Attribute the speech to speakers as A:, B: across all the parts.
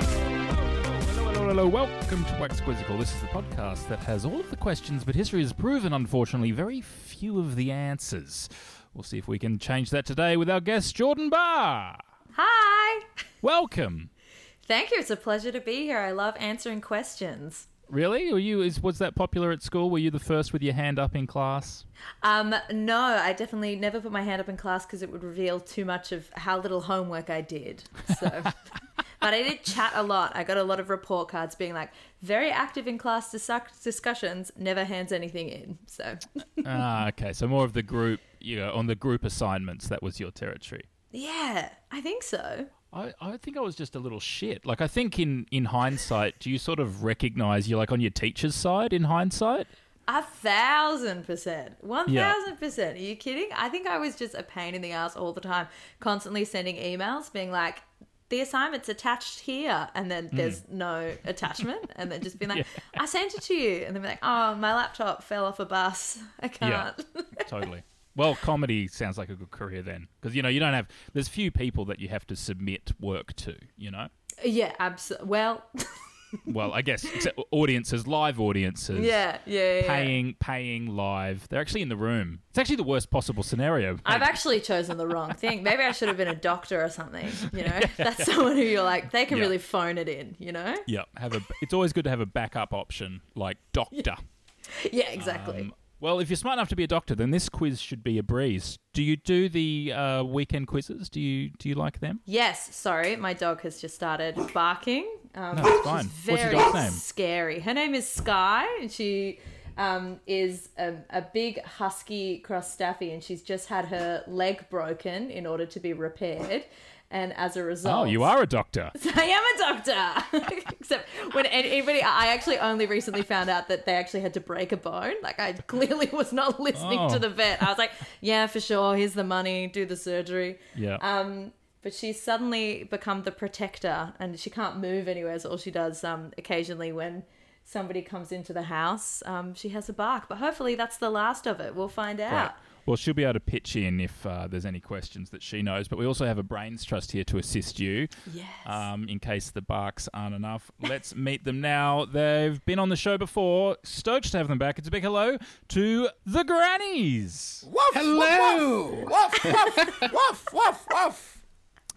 A: Hello, hello, hello, welcome to Wax Quizzical. This is the podcast that has all of the questions, but history has proven, unfortunately, very few of the answers. We'll see if we can change that today with our guest, Jordan Barr.
B: Hi!
A: Welcome.
B: Thank you. It's a pleasure to be here. I love answering questions.
A: Really? Were you? Is, was that popular at school? Were you the first with your hand up in class?
B: Um, no, I definitely never put my hand up in class because it would reveal too much of how little homework I did. So, but I did chat a lot. I got a lot of report cards being like very active in class dis- discussions, never hands anything in. So,
A: ah, okay. So more of the group, you know, on the group assignments. That was your territory.
B: yeah, I think so.
A: I, I think I was just a little shit. Like I think in in hindsight, do you sort of recognize you're like on your teacher's side in hindsight?
B: A thousand percent. One
A: Yeah.
B: thousand percent. Are you kidding? I think I was just a pain in the ass all the time, constantly sending emails being like, the assignment's attached here. And then
A: Mm.
B: there's no attachment. And then just being like, I sent it to you. And then be like, oh, my laptop fell off a bus. I
A: Yeah.
B: can't.
A: totally. Well, comedy sounds like a good career then, because you know you don't have. There's few people that you have to submit work to. You know,
B: Yeah, absolutely. Well,
A: well, I guess except audiences, live audiences,
B: yeah, yeah, yeah.
A: paying, paying live. They're actually in the room. It's actually the worst possible scenario.
B: I've actually chosen the wrong thing. Maybe I should have been a doctor or something. You know, that's someone who you're like, they can
A: Yeah.
B: really phone it in, you know?
A: yeah, have a. It's always good to have a backup option like doctor.
B: Yeah, exactly.
A: Um, well, if you're smart enough to be a doctor, then this quiz should be a breeze. Do you do the uh, weekend quizzes? Do you do you like them?
B: Yes, sorry, my dog has just started barking. Um,
A: No, it's
B: which is
A: fine. What's your
B: Very
A: dog's name?
B: Scary. Her name is Sky, and she um, is a, a big husky cross staffy, and she's just had her leg broken in order to be repaired. And as a
A: Oh,
B: result,
A: you are a doctor.
B: I am a doctor. Except when anybody, I actually only recently found out that they actually had to break a bone. Like I clearly was not listening
A: Oh.
B: to the vet. I was like, yeah, for sure. Here's the money. Do the surgery.
A: Yeah.
B: Um, but she's suddenly become the protector, and she can't move anywhere. So all she does, um, occasionally when somebody comes into the house, um, she has a bark. But hopefully that's the last of it. We'll find out.
A: Right. Well, she'll be able to pitch in if uh, there's any questions that she knows. But we also have a brains trust here to assist you.
B: Yes.
A: Um, in case the barks aren't enough, let's meet them now. They've been on the show before. Stoked to have them back. It's a big hello to the grannies.
C: Hello. Woof, woof, woof, woof, woof.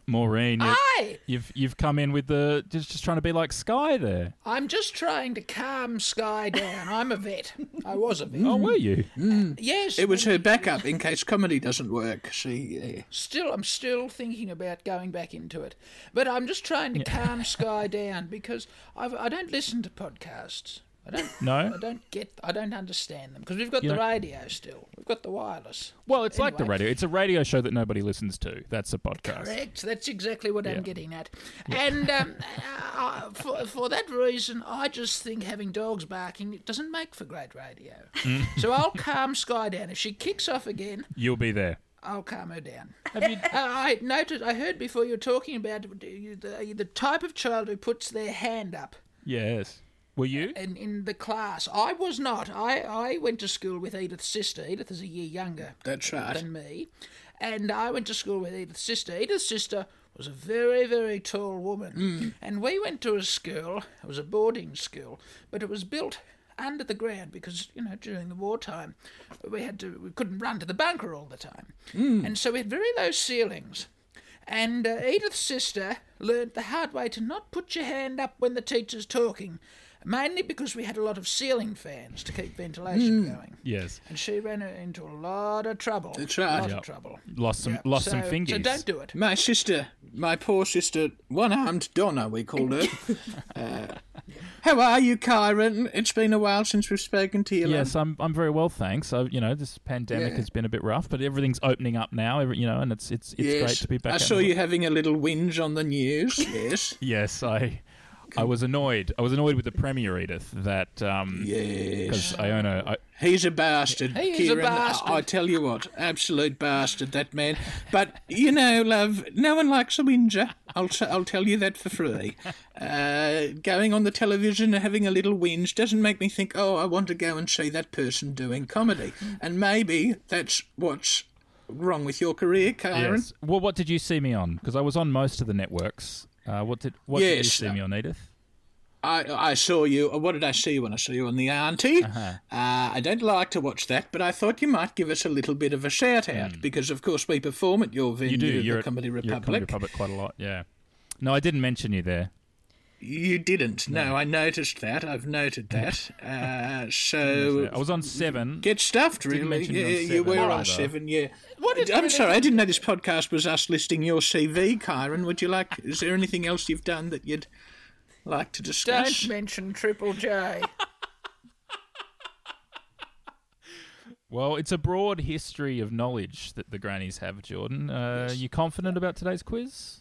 A: Maureen, you-
C: Hi.
A: you've you've come in with the just just trying to be like Sky there.
C: I'm just trying to calm Sky down. I'm a vet. I was a
D: Mm-hmm.
C: vet.
A: Oh, were you?
C: yes.
D: It was her backup in case comedy doesn't work. She.
C: Still, I'm still thinking about going back into it. But I'm just trying to calm Sky down because I've, I don't listen to podcasts.
D: I don't.
A: No?
D: I don't get. I don't understand them because we've got
A: You
D: the
A: don't-
D: radio still. We've got the wireless.
A: Well, it's like the
D: Anyway.
A: radio. It's a radio show that nobody listens to. That's a podcast.
D: Correct. That's exactly what
A: Yeah.
D: I'm getting at. And um, uh, for, for that reason, I just think having dogs barking it doesn't make for great radio.
A: Mm.
D: So I'll calm Sky down. If she kicks off again,
A: You'll be there.
D: I'll calm her down.
A: Have you?
D: Uh, I noted. I heard before you were talking about the, the, the type of child who puts their hand up
A: yes. Were you?
C: Mm-hmm.
D: in, in the class. I was not. I, I went to school with Edith's sister. Edith is a year younger
C: That's right.
D: than me. And I went to school with Edith's sister. Edith's sister was a very, very tall woman.
C: Mm.
D: And we went to a school, it was a boarding school, but it was built under the ground because, you know, during the wartime we had to we couldn't run to the bunker all the time.
C: Mm.
D: And so we had very low ceilings. And uh, Edith's sister learnt the hard way to not put your hand up when the teacher's talking, mainly because we had a lot of ceiling fans to keep ventilation
C: Mm.
D: going.
A: Yes.
D: And she ran her into a lot of trouble.
C: That's right.
D: A lot
A: Yep.
D: of trouble.
A: Lost some
D: Yep.
A: lost some
D: So-
A: fingies.
D: So don't do it.
C: My sister, my poor sister, one armed Donna, we called her. Uh, how are you, Kyron? It's been a while since we've spoken to you. love.
A: Yes, I'm. I'm very well, thanks. I, you know, this pandemic
C: Yeah.
A: has been a bit rough, but everything's opening up now. Every, you know, and it's it's it's
C: Yes,
A: great to be back.
C: I
A: out in
C: saw
A: the-
C: you having a little whinge on the news. Yes.
A: Yes, I. I was annoyed. I was annoyed with the premier, Edith. That um,
C: Yes.
A: because Iona, I,
C: He's a bastard,
D: He is a
C: Kieran. I-
D: bastard.
C: I, tell you what, absolute bastard, that man. But you know, love, no one likes a whinger. I'll t- I'll tell you that for free. Uh, going on the television and having a little whinge doesn't make me think, oh, I want to go and see that person doing comedy. And maybe that's what's wrong with your career, Kieran.
A: yes. Well, what did you see me on? Because I was on most of the networks. Uh, what did what did you
C: Yes.
A: see me on, Edith?
C: I, I saw you. uh, What did I see when I saw you on the Auntie?
A: Uh-huh.
C: uh I don't like to watch that, but I thought you might give us a little bit of a shout out because, of course, we perform at your venue,
A: Hmm. You do. You're
C: the
A: at,
C: Comedy
A: you're at
C: Republic.
A: Comedy Republic quite a lot. Yeah. No, I didn't mention you there.
C: You didn't. No. I noticed that. I've noted that. uh, so
A: I was on seven.
C: get stuffed,
A: Didn't
C: really.
A: mention you
C: Yeah,
A: on
C: you
A: Seven
C: were on
A: either.
C: seven. Yeah.
D: What did-
C: I'm sorry, I didn't know this podcast was us listing your CV, Kyron. Would you like? Is there anything else you've done that you'd like to discuss?
D: Don't mention Triple J.
A: Well, it's a broad history of knowledge that the grannies have, Jordan. Uh, You confident about today's quiz?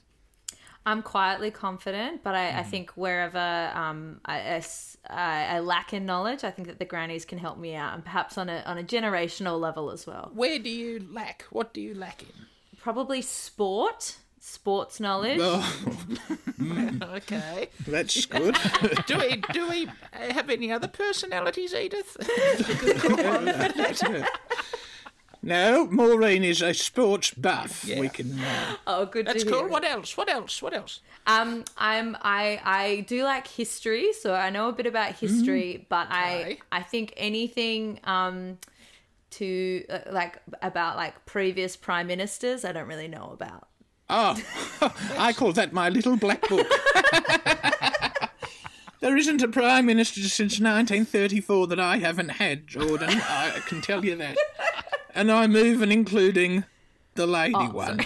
B: I'm quietly confident, but I, I
D: Mm.
B: think wherever um, I, I s- I- I lack in knowledge, I think that the grannies can help me out, and perhaps on a on a generational level as well.
D: Where do you lack? What do you lack in?
B: Probably sport, sports knowledge.
C: Oh,
D: Okay.
C: that's good.
D: Do we do we uh, have any other personalities, Edith?
C: no, Maureen is a sports buff. We can. Uh,
B: Oh, good.
D: That's
B: to hear
D: cool.
B: it.
D: What else? What else? What else?
B: Um, I'm I I do like history, so I know a bit about history, but I
D: Okay.
B: I think anything um to uh, like about like previous prime ministers, I don't really know about.
C: oh, I call that my little black book. there isn't a prime minister since 1934 that I haven't had, Jordan. I can tell you that. And I'm even including the lady one.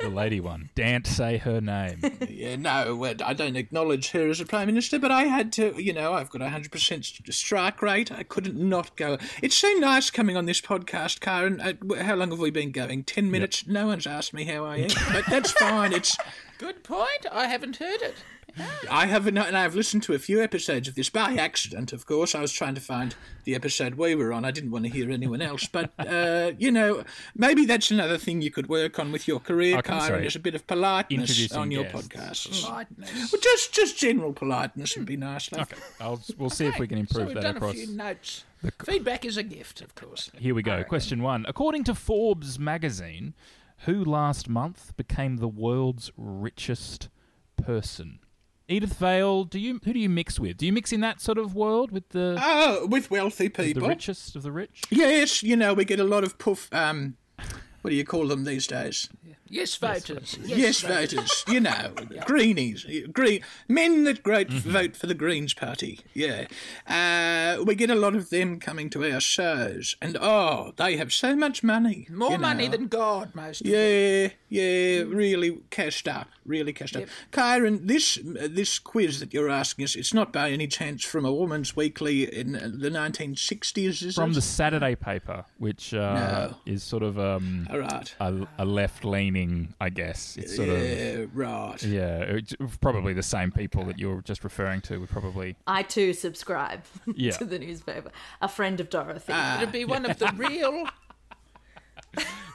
A: The lady one. Dant say her name.
C: Yeah, no, uh, I don't acknowledge her as a prime minister, but I had to, you know, I've got a 100% st- strike rate. I couldn't not go. It's so nice coming on this podcast, Karen. Uh, wh- how long have we been going? 10 minutes? No one's asked me how I am, but that's fine. It's
D: Good point. I haven't heard it.
C: I haven't, and I've listened to a few episodes of this by accident, of course. I was trying to find the episode we were on. I didn't want to hear anyone else, but, uh, you know, maybe that's another thing you could work on with your career,
A: Okay, sorry.
C: Karen, is a bit of politeness
A: Introducing
C: on your
A: guests.
C: podcasts.
D: Lightness.
C: Well, just just general politeness would be nice. love.
A: Okay, I'll, we'll see if we can
D: So
A: improve
D: we've
A: that
D: done
A: across.
D: a few notes. Feedback is a gift, of course.
A: Here we go. Question one. According to Forbes magazine, who last month became the world's richest person? Edith Vale, do you who do you mix with? Do you mix in that sort of world with
D: Uh,
A: the
C: Oh, with wealthy
A: the
C: people.
A: richest of the rich?
C: Yes, you know we get a lot of puff. Um, what do you call them these days?
D: Yes, voters. Yes,
C: Yes,
D: voters.
C: voters. You know, greenies, green men that great vote for the Greens Party. Yeah, uh, we get a lot of them coming to our shows, and oh, they have so much money.
D: More
C: you
D: money
C: know.
D: than God, most. of
C: Yeah, yeah, really cashed up, really cashed up. Kyron, this this quiz that you're asking us, it's not by any chance from a Woman's Weekly in the 1960s, is
A: From
C: it?
A: the Saturday paper, which uh, is sort of um,
C: All right.
A: a, a left leaning, I guess. It's sort of.
C: Yeah, right.
A: Yeah, it's probably the same people that you were just referring to would probably.
B: I too subscribe
A: Yeah.
B: to the newspaper. A friend of Dorothy.
D: It'd be one of the real.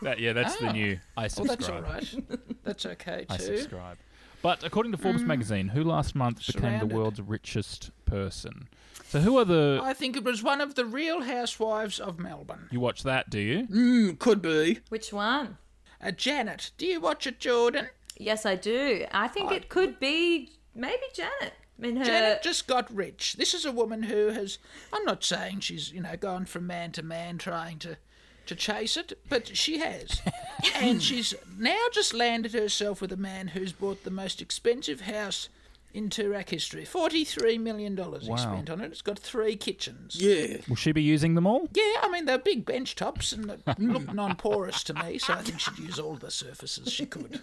A: That, yeah, that's the new. I
D: Well,
A: subscribe.
D: Ah. Oh, that's all right. That's okay
A: I
D: too. Hmm.
A: subscribe. But according to Forbes magazine, who last month became the
D: Surrounded.
A: world's richest person? So who are the.
D: I think it was one of the Real Housewives of Melbourne.
A: you watch that, do you?
D: Hmm.
C: Mm, could be.
B: Which one?
D: Uh, Janet, do you watch it, Jordan?
B: Yes, I do. I think it could be maybe Janet. I mean, her.
D: Janet just got rich. This is a woman who has. I'm not saying she's you know gone from man to man trying to to chase it, but she has, and she's now just landed herself with a man who's bought the most expensive house in Turak history. Forty-three million dollars
A: Wow.
D: he spent on it. It's got three kitchens.
C: Yeah.
A: Will she be using them all?
D: Yeah, I mean, they're big bench tops and they look non porous to me, so I think she'd use all the surfaces she could.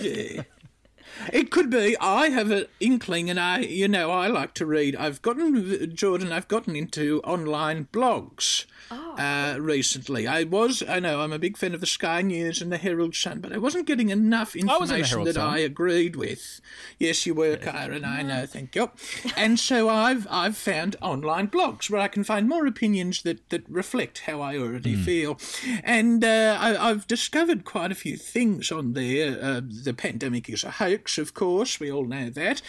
C: Yeah. It could be. I have an inkling, and I, you know, I like to read. I've gotten, Jordan, I've gotten into online blogs uh, recently. I was, I know, I'm a big fan of the Sky News and the Herald Sun, but I wasn't getting
A: I was
C: enough
A: in the
C: information
A: Herald
C: that
A: Sun.
C: I agreed with. Yes, you were, Kyron, I know, thank you. And so I've, I've found online blogs where I can find more opinions that, that reflect how I already feel. And uh, I, I've discovered quite a few things on there. Uh, the pandemic is a hoax, of course, we all know that.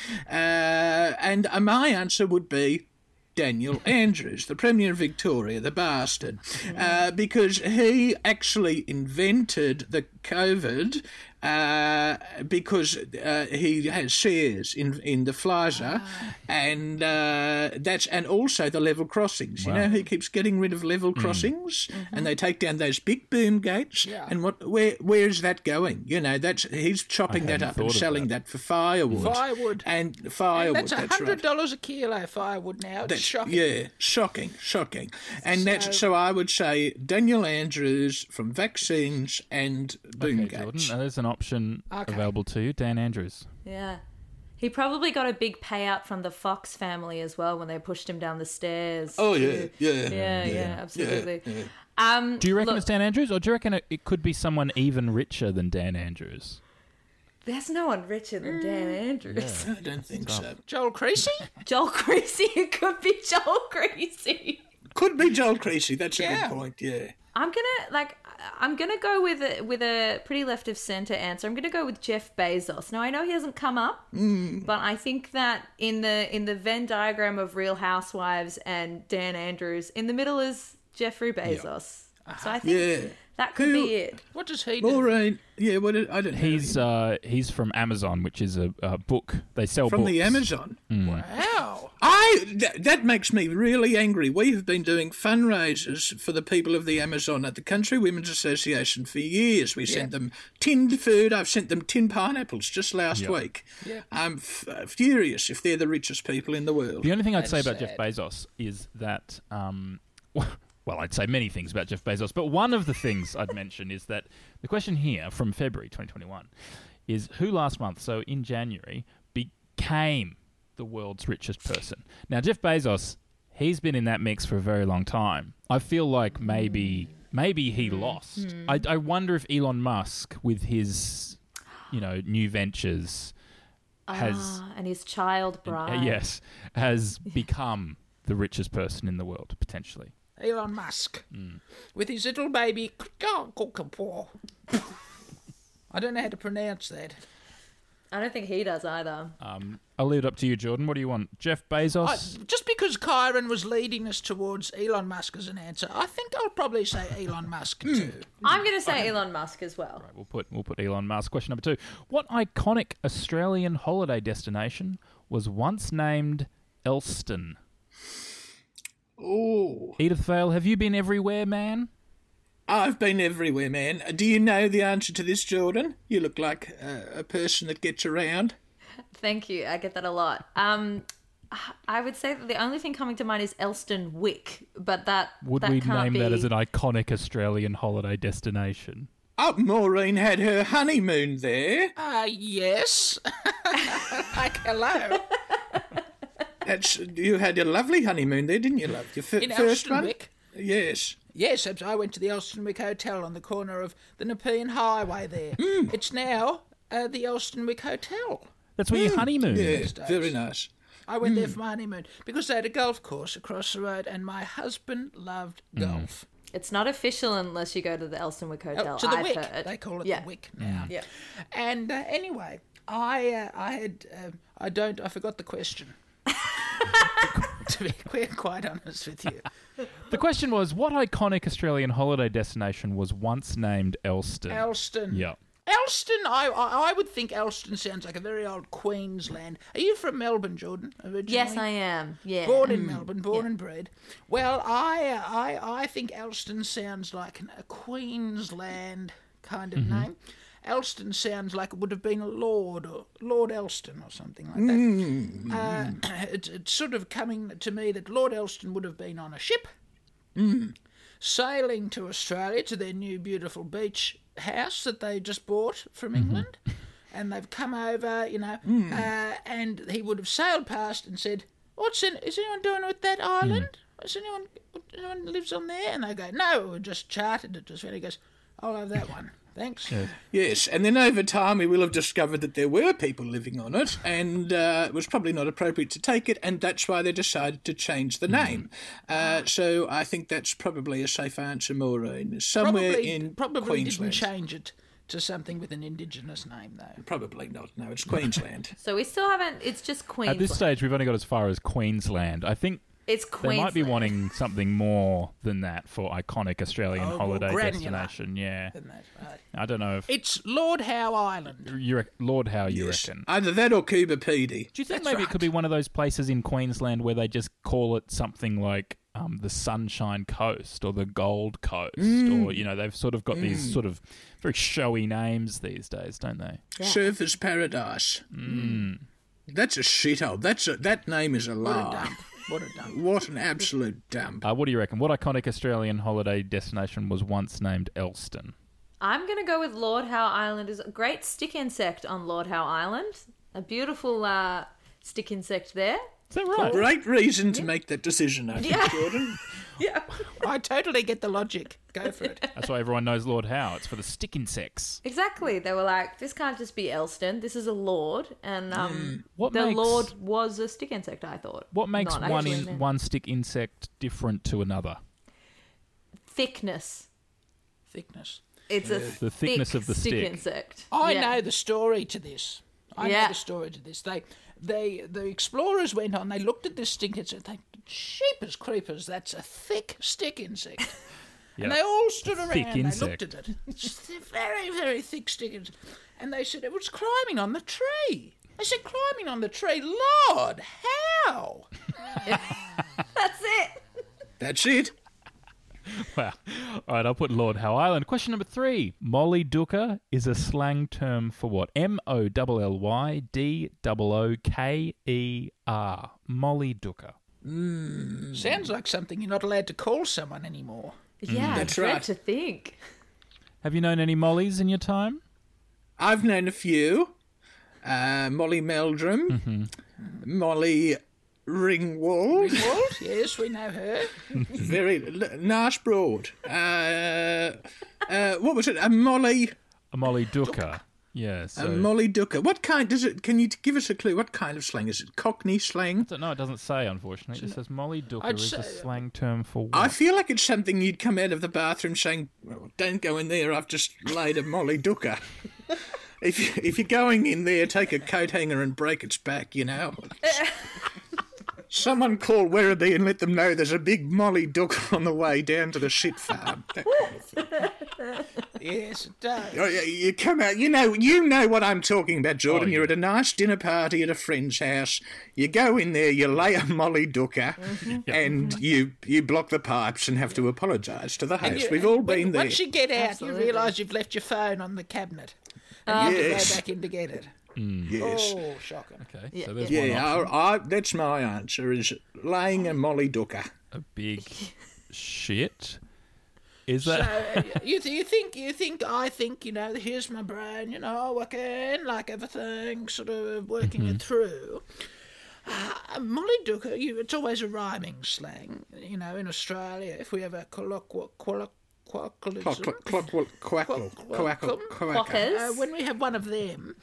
C: Uh, and uh, my answer would be Daniel Andrews, the Premier of Victoria, the bastard, uh, because he actually invented the COVID uh, because uh, he has shares in in the Pfizer,
D: Ah.
C: and uh, that's and also the level crossings. You know, he keeps getting rid of level
A: Mm.
C: crossings,
D: Mm-hmm.
C: and they take down those big boom gates. And what where where is that going? You know, that's he's chopping that
A: hadn't
C: up and
A: thought of
C: selling that. for firewood,
D: Firewood.
C: and firewood.
D: That's a
C: that's right.
D: hundred dollars a kilo firewood now. It's
C: That's
D: shocking.
C: Yeah, shocking, shocking. And that's so I would say Daniel Andrews from vaccines and boom
A: Okay,
C: gates.
A: Jordan, uh, there's an option available to you. Dan Andrews.
B: Yeah. He probably got a big payout from the Fox family as well when they pushed him down the stairs.
C: Oh yeah, yeah,
B: yeah, yeah, absolutely. Um,
A: Do you reckon
B: look,
A: it's Dan Andrews, or do you reckon it, it could be someone even richer than Dan Andrews?
B: There's no one richer than Dan Andrews.
C: I don't think so.
D: Joel Creasy?
B: Joel Creasy. It could be Joel Creasy.
C: Could be Joel Creasy. That's a
D: Yeah.
C: good point. Yeah.
B: I'm gonna like. I'm gonna go with a, with a pretty left of center answer. I'm gonna go with Jeff Bezos. Now I know he hasn't come up, but I think that in the in the Venn diagram of Real Housewives and Dan Andrews, in the middle is Jeffrey Bezos.
A: Uh-huh.
B: So I think
C: Yeah.
B: that could
C: Who-
B: be it.
D: What does he do?
C: Maureen. Yeah. What? did- I don't. know.
A: He's uh, he's from Amazon, which is a, a book they sell
C: from the
A: books. Hmm.
C: Amazon.
D: Wow.
C: I th- that makes me really angry. We have been doing fundraisers for the people of the Amazon at the Country Women's Association for years. We sent them tinned food. I've sent them tinned pineapples just last week. I'm f- uh, furious if they're the richest people in the world.
A: The only thing I'd say about Jeff Bezos is that, um, well, I'd say many things about Jeff Bezos, but one of the things I'd mention is that the question here from February 2021 is who last month, so in January, became the world's richest person. Now, Jeff Bezos, he's been in that mix for a very long time. I feel like maybe. Maybe he lost. I, I wonder if Elon Musk, with his, you know, new ventures, has
B: Ah, and his child bride.
A: uh, yes, has become the richest person in the world potentially.
D: Elon Musk. With his little baby Kakapo. I don't know how to pronounce that.
B: I don't think he does either.
A: Um, I'll leave it up to you, Jordan. What do you want, Jeff
D: I,
A: Bezos?
D: just because Kyron was leading us towards Elon Musk as an answer, I think I'll probably say Elon Musk too.
B: I'm going to say Elon Musk as well.
A: Right, we'll put we'll put Elon Musk. Question number two: What iconic Australian holiday destination was once named Elston?
C: Oh,
A: Edith Vale, have you been everywhere, man?
D: I've been everywhere, man. Do you know the answer to this, Jordan? You look like a, a person that gets around.
B: Thank you. I get that a lot. Um, I would say that the only thing coming to mind is Elston Wick, but that
A: Would
B: that
A: we
B: can't
A: name
B: be...
A: that as an iconic Australian holiday destination?
D: Up Maureen had her honeymoon there.
C: Ah, yes. like, hello.
D: That's you had a lovely honeymoon there, didn't you, love? Your fir-
C: In
D: first
C: Elstonwick?
D: one. Yes.
C: Yes, abs- I went to the Elstonwick Hotel on the corner of the Nepean Highway there.
D: Hmm.
C: It's now uh, the Elstonwick Hotel.
A: That's where you honeymoon.
D: Yeah, very nice.
C: I went there for my honeymoon because they had a golf course across the road, and my husband loved golf.
B: It's not official unless you go to the Elstonwick Hotel.
C: Oh, to the
B: I've
C: Wick,
B: heard.
C: they call it
B: yeah.
C: the Wick now.
B: Yeah.
C: And uh, anyway, I uh, I had um, I don't I forgot the question. to be quite, quite honest with you,
A: The question was, what iconic Australian holiday destination was once named Elston?
C: Elston.
A: Yeah.
C: Elston, I, I I would think Elston sounds like a very old Queensland. Are you from Melbourne, Jordan? Originally?
B: Yes, I am. Yeah.
C: Born in Melbourne, born and bred. Well, I, uh, I, I think Elston sounds like an- a Queensland kind of name. Elston sounds like it would have been a Lord or Lord Elston or something like that. Uh, it's, it's sort of coming to me that Lord Elston would have been on a ship sailing to Australia to their new beautiful beach house that they just bought from
D: Mm-hmm.
C: England. And they've come over, you know,
D: Hmm.
C: uh, and he would have sailed past and said, "What's in, is anyone doing with
D: Hmm.
C: that island? Is anyone anyone lives on there?" And they go, "No, we just charted it." Just and he goes, "I'll have that one, thanks."
D: Yes, and then over time we will have discovered that there were people living on it, and uh, it was probably not appropriate to take it, and that's why they decided to change the
C: Mm-hmm.
D: name. Uh, so I think that's probably a safe answer, Maureen. Somewhere
C: Probably,
D: in
C: probably
D: Queensland.
C: didn't change it to something with an indigenous name though.
D: Probably not. No, it's Queensland.
B: So we still haven't. It's just
A: At
B: Queensland.
A: this stage, we've only got as far as Queensland. I think
B: it's
A: they
B: Queensland.
A: might be wanting something more than that for iconic Australian
C: more
A: holiday
C: granular.
A: destination. Yeah.
C: Isn't that right?
A: I don't know if
C: It's Lord Howe Island.
A: you rec- Lord Howe, Oh, you
D: Yes.
A: reckon.
D: Either that or Cuba PD.
A: Do you think
C: Uh, That's
A: maybe it could be one of those places in Queensland where they just call it something like um, the Sunshine Coast or the Gold Coast? Or, you know, they've sort of got these sort of very showy names these days, don't they?
D: Surfers Paradise.
A: Hmm.
D: That's a shithole. That's a, that name is a lie.
C: What a dump.
D: What an absolute dump.
A: Uh, what do you reckon? What iconic Australian holiday destination was once named Elston?
B: I'm gonna go with Lord Howe Island. Is a great stick insect on Lord Howe Island. A beautiful uh, stick insect there.
A: Is that right?
D: Great reason to make that decision, I think,
B: Yeah.
D: Jordan.
B: Yeah.
C: I totally get the logic. Go for it.
A: That's why everyone knows Lord Howe. It's for the stick insects.
B: Exactly. They were like, this can't just be Elston. This is a lord, and
C: Hmm.
B: um,
A: What
B: the
A: makes-
B: lord was a stick insect. I thought.
A: What makes
B: Not
A: one
B: actually
A: in,
B: meant.
A: one stick insect different to another?
B: thickness?
C: Thickness.
B: It's a
A: The thickness
B: thick
A: of the
B: stick,
A: stick.
B: insect.
C: I
B: Yeah.
C: know the story to this. I
B: Yeah.
C: know the story to this. They, they, the explorers went on. They looked at this stick insect. They, sheepers creepers. That's a thick stick insect. And
A: Yeah.
C: they all stood around.
A: thick
C: and They
A: insect.
C: looked at it. It's a very, very thick stick insect. And they said it was climbing on the tree. I said climbing on the tree. Lord, how?
B: That's it.
D: That's it.
A: Wow. All right, I'll put Lord Howe Island. Question number three Molly Dooker is a slang term for what? M O L L Y D O O K E R. Molly Dooker.
C: Sounds like something you're not allowed to call someone anymore.
A: Mm.
B: Yeah,
D: That's
B: I dread
D: right.
B: to think.
A: Have you known any Mollies in your time?
D: I've known a few. Uh, Molly Meldrum, Molly Ringwald,
C: What? yes, we know her.
D: very l- nice broad. Uh, uh, what was it? A Molly,
A: A Molly Dooker. Yeah, so.
D: a Molly Dooker. What kind does it? Can you t- give us a clue? What kind of slang is it? Cockney slang.
A: So, no, it doesn't say, unfortunately. It just says Molly Dooker
C: I'd
A: is a
C: say-
A: slang term for what?
D: I feel like it's something you'd come out of the bathroom saying, well, "Don't go in there. I've just laid a Molly Dooker." if you, if you're going in there, take a coat hanger and break its back. You know. Someone call Werribee and let them know there's a big Molly Dooker on the way down to the shit farm. That kind of thing. Yes, it does.
C: Oh, yeah, You come out. You know. You know what I'm talking about, Jordan.
A: Oh,
C: You're
A: yeah.
C: at a nice dinner party at a friend's house. You go in there. You lay a Molly Dooker,
D: Mm-hmm.
C: and you you block the pipes and have to apologise to the host. We've all
D: uh, When-
C: been there.
D: Once you get out, you realise you've left your phone on the cabinet. And you have to
C: Yes. Mm.
D: go back in to get it.
C: yes.
D: Oh, shocking.
A: Okay, so there's one
C: Yeah,
A: option.
C: I, I, that's my answer. Is laying a Molly Dooker.
A: A big shit. Is
D: So
A: that
D: uh, you, th- you think you think I think you know? Here's my brain, you know, working like everything, sort of working
C: Mm-hmm.
D: it through. Uh, Molly Dooker, you, it's always a rhyming slang, you know, in Australia. If we have a colloquialism,
C: Clock, clock, clock, quackle, quackle, quackle.
B: Quackers.
D: Uh, when we have one of them,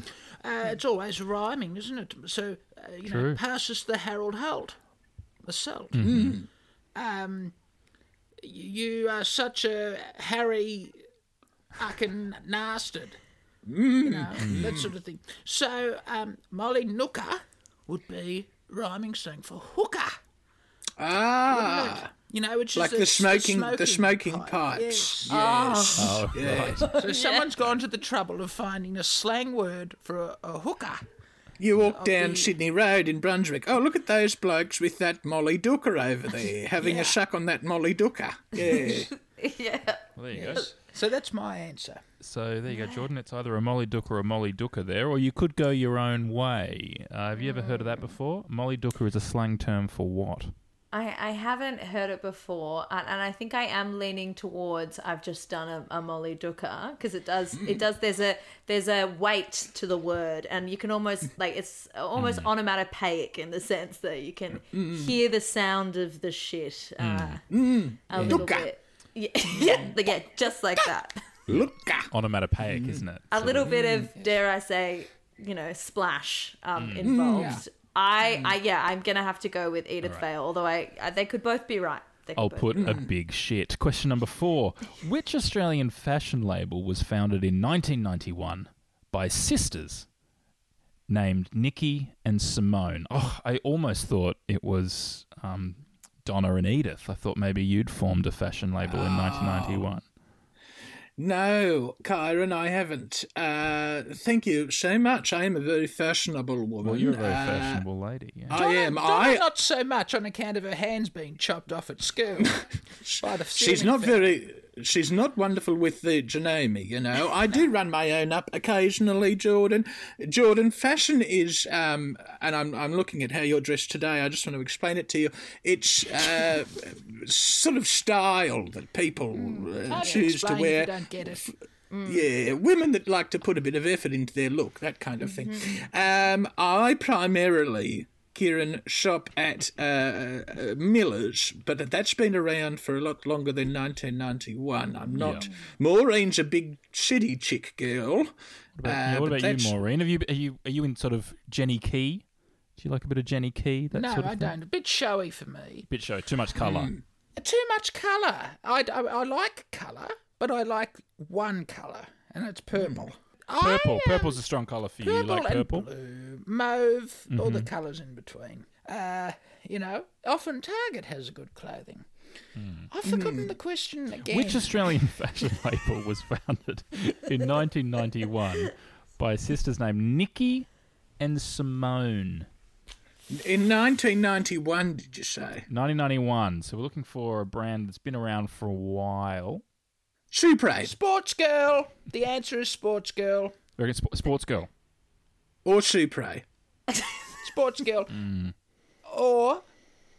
D: uh, it's always rhyming, isn't it? So, uh, you know, passes the Harold Holt, the salt.
C: Mm-hmm.
D: Um, y- you are such a Harry fucking nastard.
C: Mm-hmm.
D: You know, that sort of thing. So, um, Molly Nooker would be rhyming slang for hooker.
C: Ah,
D: You know, which
C: like
D: is
C: the smoking, the smoking pipes.
D: Yes. Ah.
C: Yes.
A: oh, right.
D: So someone's gone to the trouble of finding a slang word for a, a hooker.
C: You walk down Sydney Road in Brunswick. Oh, look at those blokes with that Molly Dooker over there, having a suck on that Molly Dooker. Yeah.
A: Well, there you go.
D: So that's my answer.
A: So there you go, Jordan. It's either a Molly Dooker or a Molly Dooker there, or you could go your own way. Uh, have you ever heard of that before? Molly Dooker is a slang term for what?
B: I, I haven't heard it before, and, and I think I am leaning towards I've just done a, a Molly Dooker because it does it does there's a there's a weight to the word, and you can almost like it's almost
A: Mm.
B: onomatopoeic in the sense that you can hear the sound of the shit uh,
A: Mm.
B: a little
C: Dooker.
B: bit. Yeah, yeah, like, yeah, just like that.
C: Looker.
A: Onomatopoeic, isn't it?
B: A
A: So-
B: little bit
A: Mm.
B: of dare I say, you know, splash um, involved.
A: Mm,
B: I, I, yeah, I'm gonna have to go with Edith Vale, although I, I, they could both be right. They could
A: I'll
B: both
A: put a
D: hmm.
A: big shit. Question number four. Which Australian fashion label was founded in 1991 by sisters named Nikki and Simone? Oh, I almost thought it was um, Donna and Edith. I thought maybe you'd formed a fashion label
D: Ah.
A: in 1991.
C: No, Kyron, I haven't. Uh, thank you so much. I am a very fashionable woman.
A: Well, you're a very
C: Uh,
A: fashionable lady. Yeah.
C: I am.
D: Donna,
C: I.
D: not so much on account of her hands being chopped off at school. by the
C: She's
D: ceiling
C: not
D: fan.
C: very. She's not wonderful with the genome, you know. I do run my own up occasionally, Jordan. Jordan, fashion is, um, and I'm, I'm looking at how you're dressed today. I just want to explain it to you. It's uh, sort of style that people uh,
D: Hard
C: choose to
D: explain if
C: wear.
D: You don't get it.
C: Yeah, women that like to put a bit of effort into their look, that kind of thing. Um, I primarily, Kieran, shop at uh, uh, Miller's, but that's been around for a lot longer than 1991. I'm not. Maureen's a big city chick girl.
A: But, yeah,
C: uh,
A: what
C: but
A: about you,
C: that's-
A: Maureen? Have you, are, you, are you in sort of Jenny Key? Do you like a bit of Jenny Key? That
D: No,
A: sort of
D: I
A: thing?
D: don't. Hmm. A bit showy for me.
A: Bit show. Too much colour.
D: Too much colour. I, I, I like colour, but I like one colour, and it's purple.
A: Purple.
D: I, um,
A: Purple's a strong colour for you. You
D: purple
A: like purple? Mm-hmm.
D: and blue, mauve, all the colours in between. Uh, you know, often Target has good clothing. I've forgotten
C: Hmm.
D: the question again.
A: Hmm. Which Australian fashion label was founded in 1991 by sisters named Nikki and Simone?
C: In 1991, did you say?
A: 1991. So we're looking for a brand that's been around for a while.
C: Supre
D: sports girl? The answer is sports girl.
A: We're gonna- Sp- Sports Girl.
C: or Supre.
D: Sports girl.
A: Hmm.
D: Or,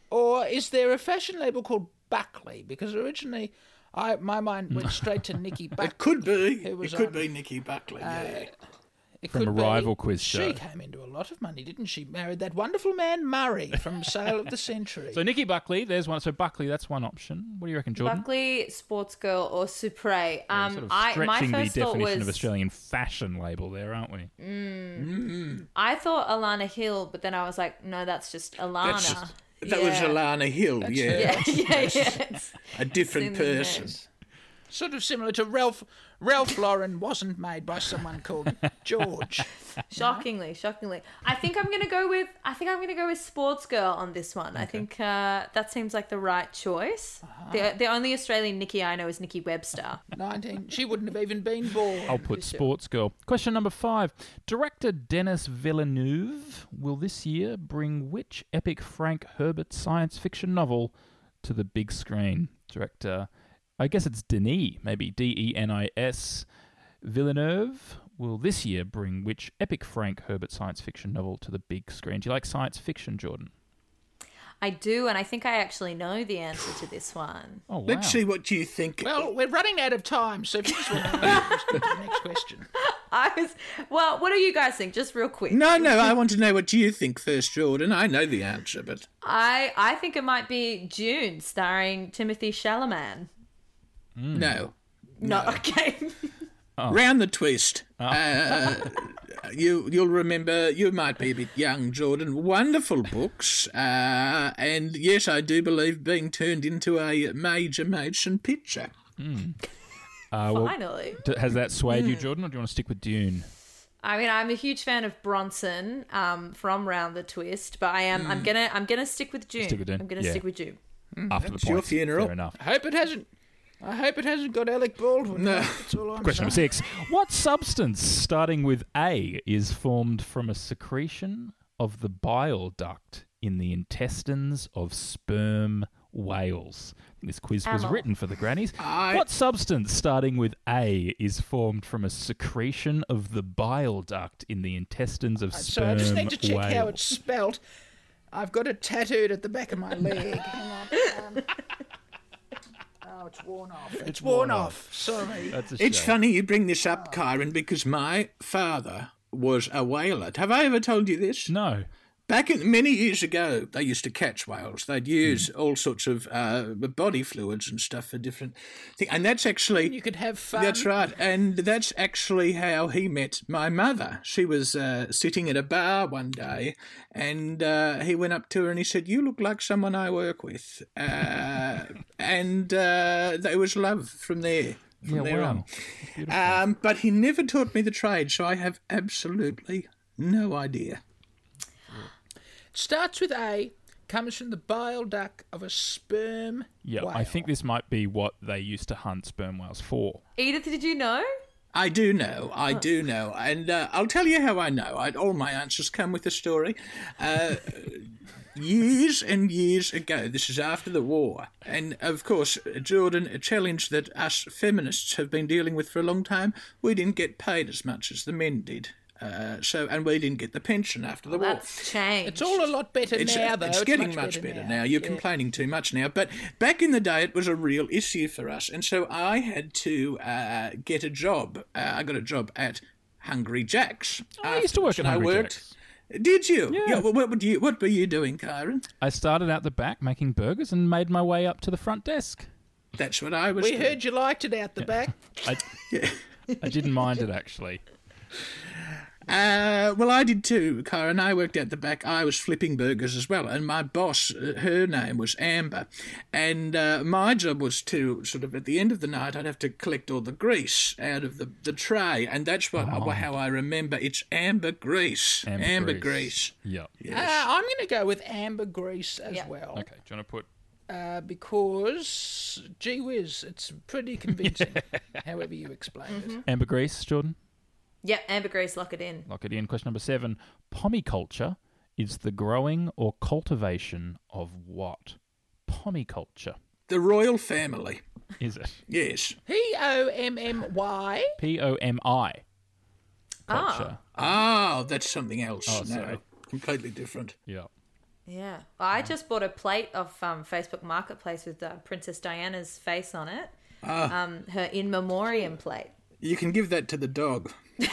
D: or is there a fashion label called Buckley? Because originally, I my mind went straight to Nikki Buckley.
C: It could be.
D: who was
C: It could
D: on-
C: be Nikki Buckley. yeah.
D: It
A: From
D: could
A: a
D: be.
A: rival quiz show.
D: She came into a lot of money, didn't she? Married that wonderful man Murray from Sale of the Century.
A: So Nikki Buckley. There's one. So Buckley. That's one option. What do you reckon, Jordan?
B: Buckley, Sports Girl, or Supre.
A: We're
B: Um,
A: sort of
B: I
A: stretching
B: my first
A: the
B: thought
A: definition
B: was
A: of Australian fashion label there, aren't we?
B: I thought Alana Hill, but then I was like, no, that's just Alana.
C: That's- that was
B: Yeah.
C: Alana Hill. yeah,
B: Yeah, yeah, it's-
C: a different
B: in the
C: person.
B: image.
C: Sort of similar to Ralph. Ralph Lauren wasn't made by someone called George.
B: Shockingly, shockingly. I think I'm gonna go with I think I'm gonna go with Sports Girl on this one. I think uh, that seems like the right choice.
A: Uh-huh.
B: The the only Australian Nikki I know is Nikki Webster.
C: 19. She wouldn't have even been born.
A: I'll put Sports Girl. Question number five. Director Denis Villeneuve will this year bring which epic Frank Herbert science fiction novel to the big screen? Director, I guess it's Denis, maybe D E N I S. Villeneuve will this year bring which epic Frank Herbert science fiction novel to the big screen? Do you like science fiction, Jordan?
B: I do, and I think I actually know the answer to this one.
A: Oh, wow.
D: Let's see what you think.
C: Well, we're running out of time, so if you just want to know, just go to the next question.
B: I was well, what do you guys think? Just real quick.
D: no, no, I want to know what you think first, Jordan. I know the answer, but
B: I I think it might be June starring Timothy Chalamet.
A: Hmm.
D: no.
B: No, okay.
A: Oh.
D: Round the twist. Uh, you you'll remember. You might be a bit young, Jordan. Wonderful books, uh, and yes, I do believe being turned into a major motion picture.
A: Uh, well,
B: Finally.
A: d- has that swayed you, Jordan, or do you want to stick with Dune?
B: I mean, I'm a huge fan of Bronson um, from Round the Twist, but I am I'm gonna I'm gonna stick with June.
A: Hmm. Stick with June,
B: I'm gonna
A: yeah.
B: stick with June.
A: After the
D: your
A: points.
D: funeral.
A: Fair enough.
C: I hope it hasn't. I hope it hasn't got Alec Baldwin.
D: No.
C: That's all I'm
A: Question number
C: saying.
A: six. What substance, starting with A, is formed from a secretion of the bile duct in the intestines of sperm whales? This quiz was
B: Amyl.
A: written for the grannies.
D: I-
A: What substance, starting with A, is formed from a secretion of the bile duct in the intestines of
C: So I
A: sperm
C: just need to check how
A: whales?
C: it's spelt. I've got it tattooed at the back of my leg. Hang on. Um, oh, it's worn off. It's, worn, off. Sorry.
A: That's a shame.
D: It's funny you bring this up, Kyron, because my father was a whaler. Have I ever told you this?
A: No.
D: Back in, many years ago, they used to catch whales. They'd
C: Hmm.
D: use all sorts of uh, body fluids and stuff for different things, and that's actually
C: you could have fun.
D: That's right, and that's actually how he met my mother. She was uh, sitting at a bar one day, and uh, he went up to her and he said, "You look like someone I work with," uh, and uh, there was love from there. From
A: Yeah,
D: there
A: wow.
D: on, um, but he never taught me the trade, so I have absolutely no idea.
C: Starts with A, comes from the bile duct of a sperm.
A: Yeah, I
C: whale.
A: think this might be what they used to hunt sperm whales for.
B: Edith, did you know?
D: I do know, I do know, and uh, I'll tell you how I know. I, all my answers come with a story. Uh, years and years ago, this is after the war, and of course, Jordan, a challenge that us feminists have been dealing with for a long time. We didn't get paid as much as the men did, uh, so and we didn't get the pension after the war.
B: That's changed.
C: It's all a lot better
D: It's,
C: now, though.
D: it's getting much, better, now. You're complaining too much now. But back in the day, it was a real issue for us. And so I had to uh, get a job. Uh, I got a job at Hungry Jack's.
A: Oh, I used to work at
D: afterwards,
A: Hungry
D: and I worked.
A: Jack's.
D: Did you? Yeah. well, what, would you, what were you doing, Kyron?
A: I started out the back making burgers and made my way up to the front desk.
D: That's what I was
C: We
D: doing.
C: heard you liked it out the back.
A: I, I didn't mind it actually.
D: Uh, well, I did too, Cara, and I worked out the back. I was flipping burgers as well, and my boss, uh, her name was Amber, and uh, my job was to sort of at the end of the night, I'd have to collect all the grease out of the, the tray, and that's what how I remember it's Amber grease, Amber, grease.
A: Yeah.
C: Uh, I'm going to go with ambergris as
B: Yeah.
C: well.
A: Okay. Do you want to put?
C: uh, because gee whiz, it's pretty convincing. however you explain
A: Mm-hmm.
C: it.
A: Ambergris, Jordan.
B: Yep, ambergris, lock it in.
A: Lock it in. Question number seven. Pomiculture is the growing or cultivation of what? Pomiculture.
D: The royal family,
A: Is it?
D: yes.
C: P O M M Y.
A: P O M I. Culture.
D: Oh, that's something else.
A: Oh,
D: no,
A: sorry.
D: completely different.
A: Yeah.
B: Yeah. I just bought a plate of um, Facebook Marketplace with uh, Princess Diana's face on it.
A: Ah.
B: Um, her in memoriam plate.
D: You can give that to the dog.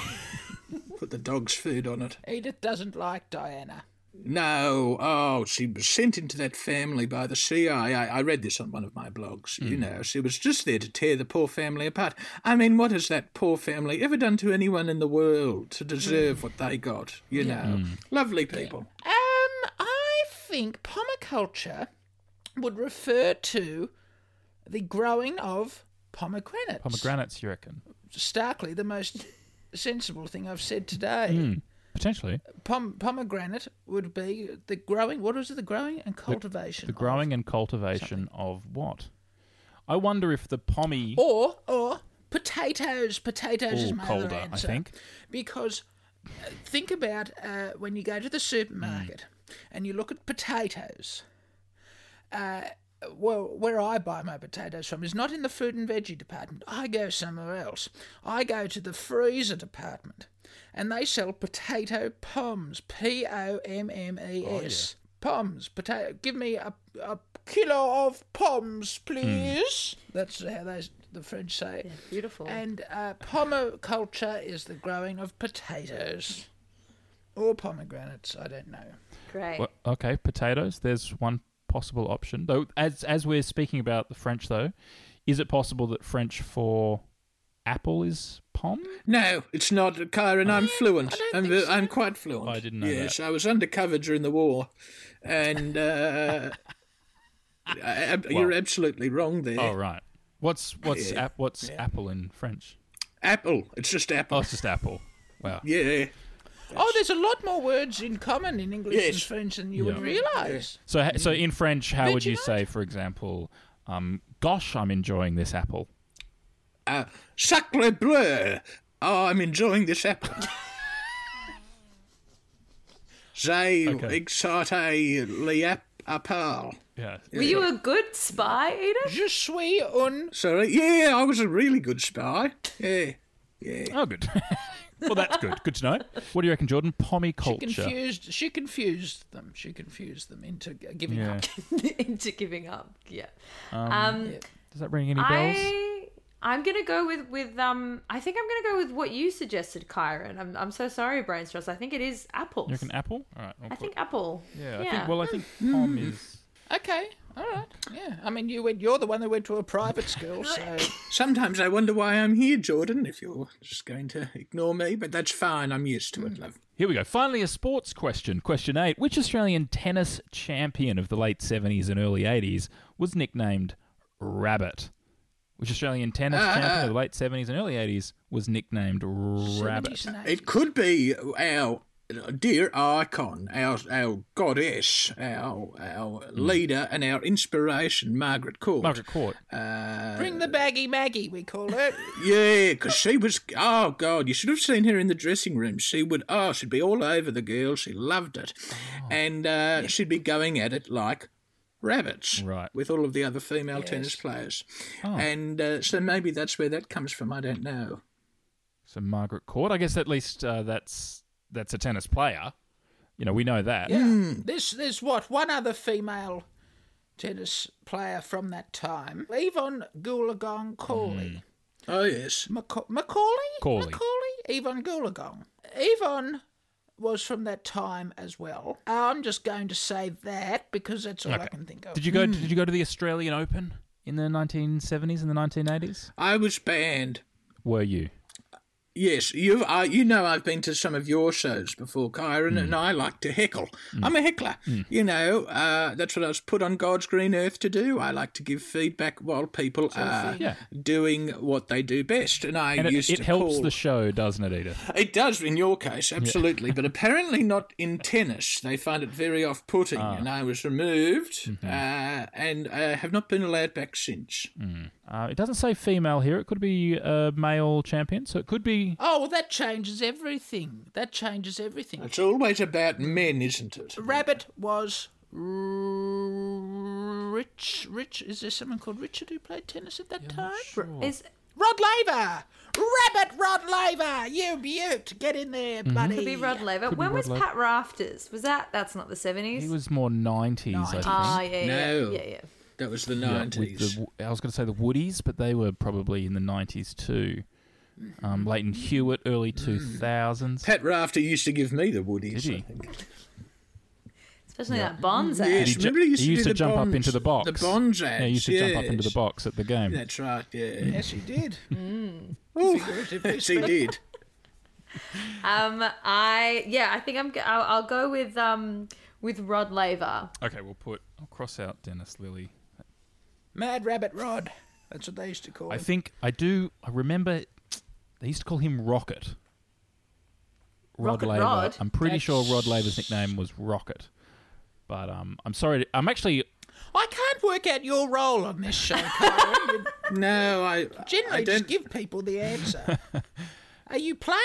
D: Put the dog's food on it.
C: Edith doesn't like Diana.
D: No, oh, she was sent into that family by the CIA. I, I read this on one of my blogs.
A: Hmm.
D: You know, she was just there to tear the poor family apart. I mean, what has that poor family ever done to anyone in the world to
A: Hmm.
D: deserve what they got? You know, lovely people.
C: Um, I think pomiculture would refer to the growing of pomegranates.
A: Pomegranates, you reckon?
C: Starkly, the most sensible thing I've said today.
A: Hmm. Potentially.
C: Pom- pomegranate would be the growing. What was it? The growing and cultivation.
A: The
C: of-
A: growing and cultivation of what? I wonder if the pommy.
C: or or potatoes. Potatoes is
A: Ooh,
C: my
A: colder,
C: other
A: I
C: answer.
A: think.
C: Because uh, think about uh, when you go to the supermarket
A: Mm.
C: and you look at potatoes. Uh, well, where I buy my potatoes from is not in the fruit and veggie department. I go somewhere else. I go to the freezer department, and they sell potato poms. P O M M
A: Oh,
C: E S.
A: Hmm.
C: Poms. Potato. Give me a a kilo of poms, please. That's how they the French say. it.
B: Beautiful.
C: And uh, pomoculture is the growing of potatoes or pomegranates. I don't know.
B: Great.
A: Well, okay, potatoes. There's one possible option. Though, as as we're speaking about the French, though, is it possible that French for apple is pom?
D: No, it's not, Kyron. I'm fluent. I'm, I'm quite fluent.
A: I didn't know
D: Yes, I was undercover during the war, and uh, I- I- you're absolutely wrong there.
A: Oh right. What's what's ap- what's apple in French?
D: Apple. It's just
A: Oh,
D: apple.
A: it's just apple. Wow.
D: Yeah.
C: Oh, there's a lot more words in common in English and
D: Yes.
C: French than you would
A: Yeah.
C: realise.
A: So ha- so in French, how would you
C: Vegemite?
A: say, for example, um, "Gosh, I'm enjoying this apple"?
D: Uh, sacre bleu. Oh, I'm enjoying this apple. J'ai
A: Okay.
D: excité l'apple.
A: Yeah.
B: Were you a good spy, Edith?
C: Je suis un.
D: Sorry. Yeah, I was a really good spy. Yeah.
A: Oh, good. well, that's good. Good to know. What do you reckon, Jordan?
C: She
A: Pomiculture.
C: confused. She confused them. She confused them into g- giving
A: Yeah.
C: up.
B: Into giving up. Yeah. Um,
A: Does that ring any bells?
B: I I'm gonna go with with um. I think I'm gonna go with what you suggested, Kyron. I'm I'm so sorry, brain stress. I think it is apples.
A: You reckon apple? All right. I'll
B: I
A: put-
B: think apple.
A: yeah, I think. Well, I think
D: Hmm.
A: pom is.
C: Okay. All right. Yeah. I mean, you went. You're the one that went to a private school, so
D: Sometimes I wonder why I'm here, Jordan, if you're just going to ignore me, but that's fine. I'm used to it, love.
A: Here we go. Finally, a sports question. Question eight: Which Australian tennis champion of the late seventies and early eighties was nicknamed Rabbit? Which Australian tennis
D: Ah,
A: champion of the late seventies and early eighties was nicknamed Rabbit? uh,
D: It could be our dear icon, our our goddess, our
A: uh,
D: our leader, and our inspiration, Margaret Court.
A: Margaret Court.
C: bring the baggy Maggie. We call her.
D: Yeah, because she was. Oh God, you should have seen her in the dressing room. She would. Oh, she'd be all over the girl. She loved it, and uh, she'd be going at it like rabbits,
A: Right.
D: With all of the other female tennis players, and uh, so maybe that's where that comes from. I don't know.
A: So Margaret Court. I guess at least uh, that's that's a tennis player. You know, we know that.
C: Yeah. There's there's what one other female tennis player from that time, Yvonne Goolagong Cawley.
A: Hmm.
D: Oh yes,
C: Maca- Macaulay?
A: Cawley.
C: Macaulay? Yvonne Goolagong. Yvonne was from that time as well. I'm just going to say that because that's all I
A: Okay.
C: can think of.
A: Did you go?
D: Hmm.
A: Did you go to the Australian Open in the nineteen seventies and the nineteen eighties?
D: I was banned.
A: Were you?
D: Yes, you. I you know, I've been to some of your shows before, Kyron, and
A: Mm.
D: I like to heckle. I'm a heckler. You know, uh, that's what I was put on God's green earth to do. I like to give feedback while people are
A: Yeah.
D: doing what they do best, and I
A: And it,
D: used
A: it
D: to
A: helps
D: call.
A: the show, doesn't it, Edith?
D: It does in your case, absolutely, but apparently not in tennis. They find it very off-putting,
A: Ah.
D: and I was removed,
A: Mm-hmm.
D: uh, and I have not been allowed back since.
A: Uh, it doesn't say female here. It could be a male champion, so it could be.
C: Oh, well, that changes everything. That changes everything.
D: It's always about men, isn't it?
C: Rabbit was r- Rich. Rich. Is there someone called Richard who played tennis at that time?
B: Is
C: Rod Laver! Rabbit Rod Laver! You beaut! Get in there,
A: Mm-hmm.
C: buddy.
B: could be Rod Laver.
A: Could be
B: When
A: Rod
B: was
A: Laver.
B: Pat Rafters? Was that? That's not the
A: He
B: seventies.
A: was more nineties, I think.
B: Ah, yeah, yeah,
D: No.
B: yeah, yeah.
D: That was the
A: Yeah,
D: nineties.
A: with the, I was going to say the Woodies, but they were probably in the nineties too. Um, Leighton Hewitt, early two thousands.
D: Pat Rafter used to give me the
A: Did
D: woodies.
A: he?
D: Mm. I think.
B: Especially that Bonds ad.
D: Yes,
A: He, ju-
D: remember he used to,
A: he used
D: do
A: to
D: the
A: jump
D: bonds,
A: up into the box.
D: The bonds
A: Yeah, he used to jump up into the box at the game.
D: That's right. Yeah.
C: Yes, he did. Mm.
D: yes, he did.
B: Um, I yeah, I think I'm. g- I'll, I'll go with um with Rod Laver.
A: Okay, we'll put. I'll cross out Dennis Lilly.
C: Mad Rabbit Rod. That's what they used to call
A: I
C: him.
A: think I do. I remember they used to call him Rocket.
B: Rocket
A: Laver.
B: Rod?
A: I'm pretty sure Rod
D: That's-
A: Laver's nickname was Rocket. But um, I'm sorry. To, I'm actually.
C: I can't work out your role on this show, Kyron. You
D: No, I I
C: generally just
D: don't.
C: give people the answer. Are you playing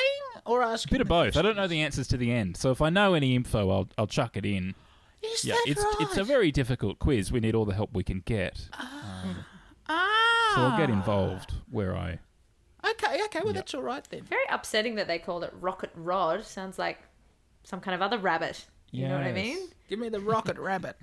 C: or asking?
A: Bit of both. I don't know the answers to the end, so if I know any info, I'll I'll chuck it in.
C: Is
A: Yeah,
C: that
A: it's
C: right?
A: it's a very difficult quiz. We need all the help we can get,
C: ah.
A: so I'll get involved where I.
C: Okay, okay. Well, that's all right then.
B: Very upsetting that they called it Rocket Rod. Sounds like some kind of other rabbit. You know what I
A: Yes.
B: mean?
C: Give me the rocket rabbit.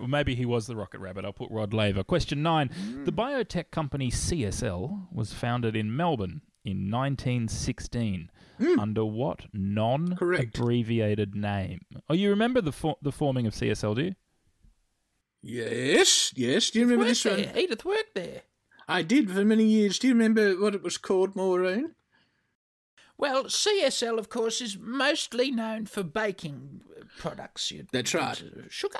A: Or Maybe he was the Rocket Rabbit. I'll put Rod Laver. Question nine. The biotech company CSL was founded in Melbourne in 1916.
D: Hmm.
A: Under what non
D: Correct.
A: abbreviated name? Oh, you remember the, for- the forming of CSL, do you?
D: Yes, yes. Do you remember
C: Worked
D: this one?
C: there. Edith worked there.
D: I did for many years. Do you remember what it was called, Maureen?
C: Well, CSL, of course, is mostly known for baking uh, products. You'd
D: That's right.
C: Sugar,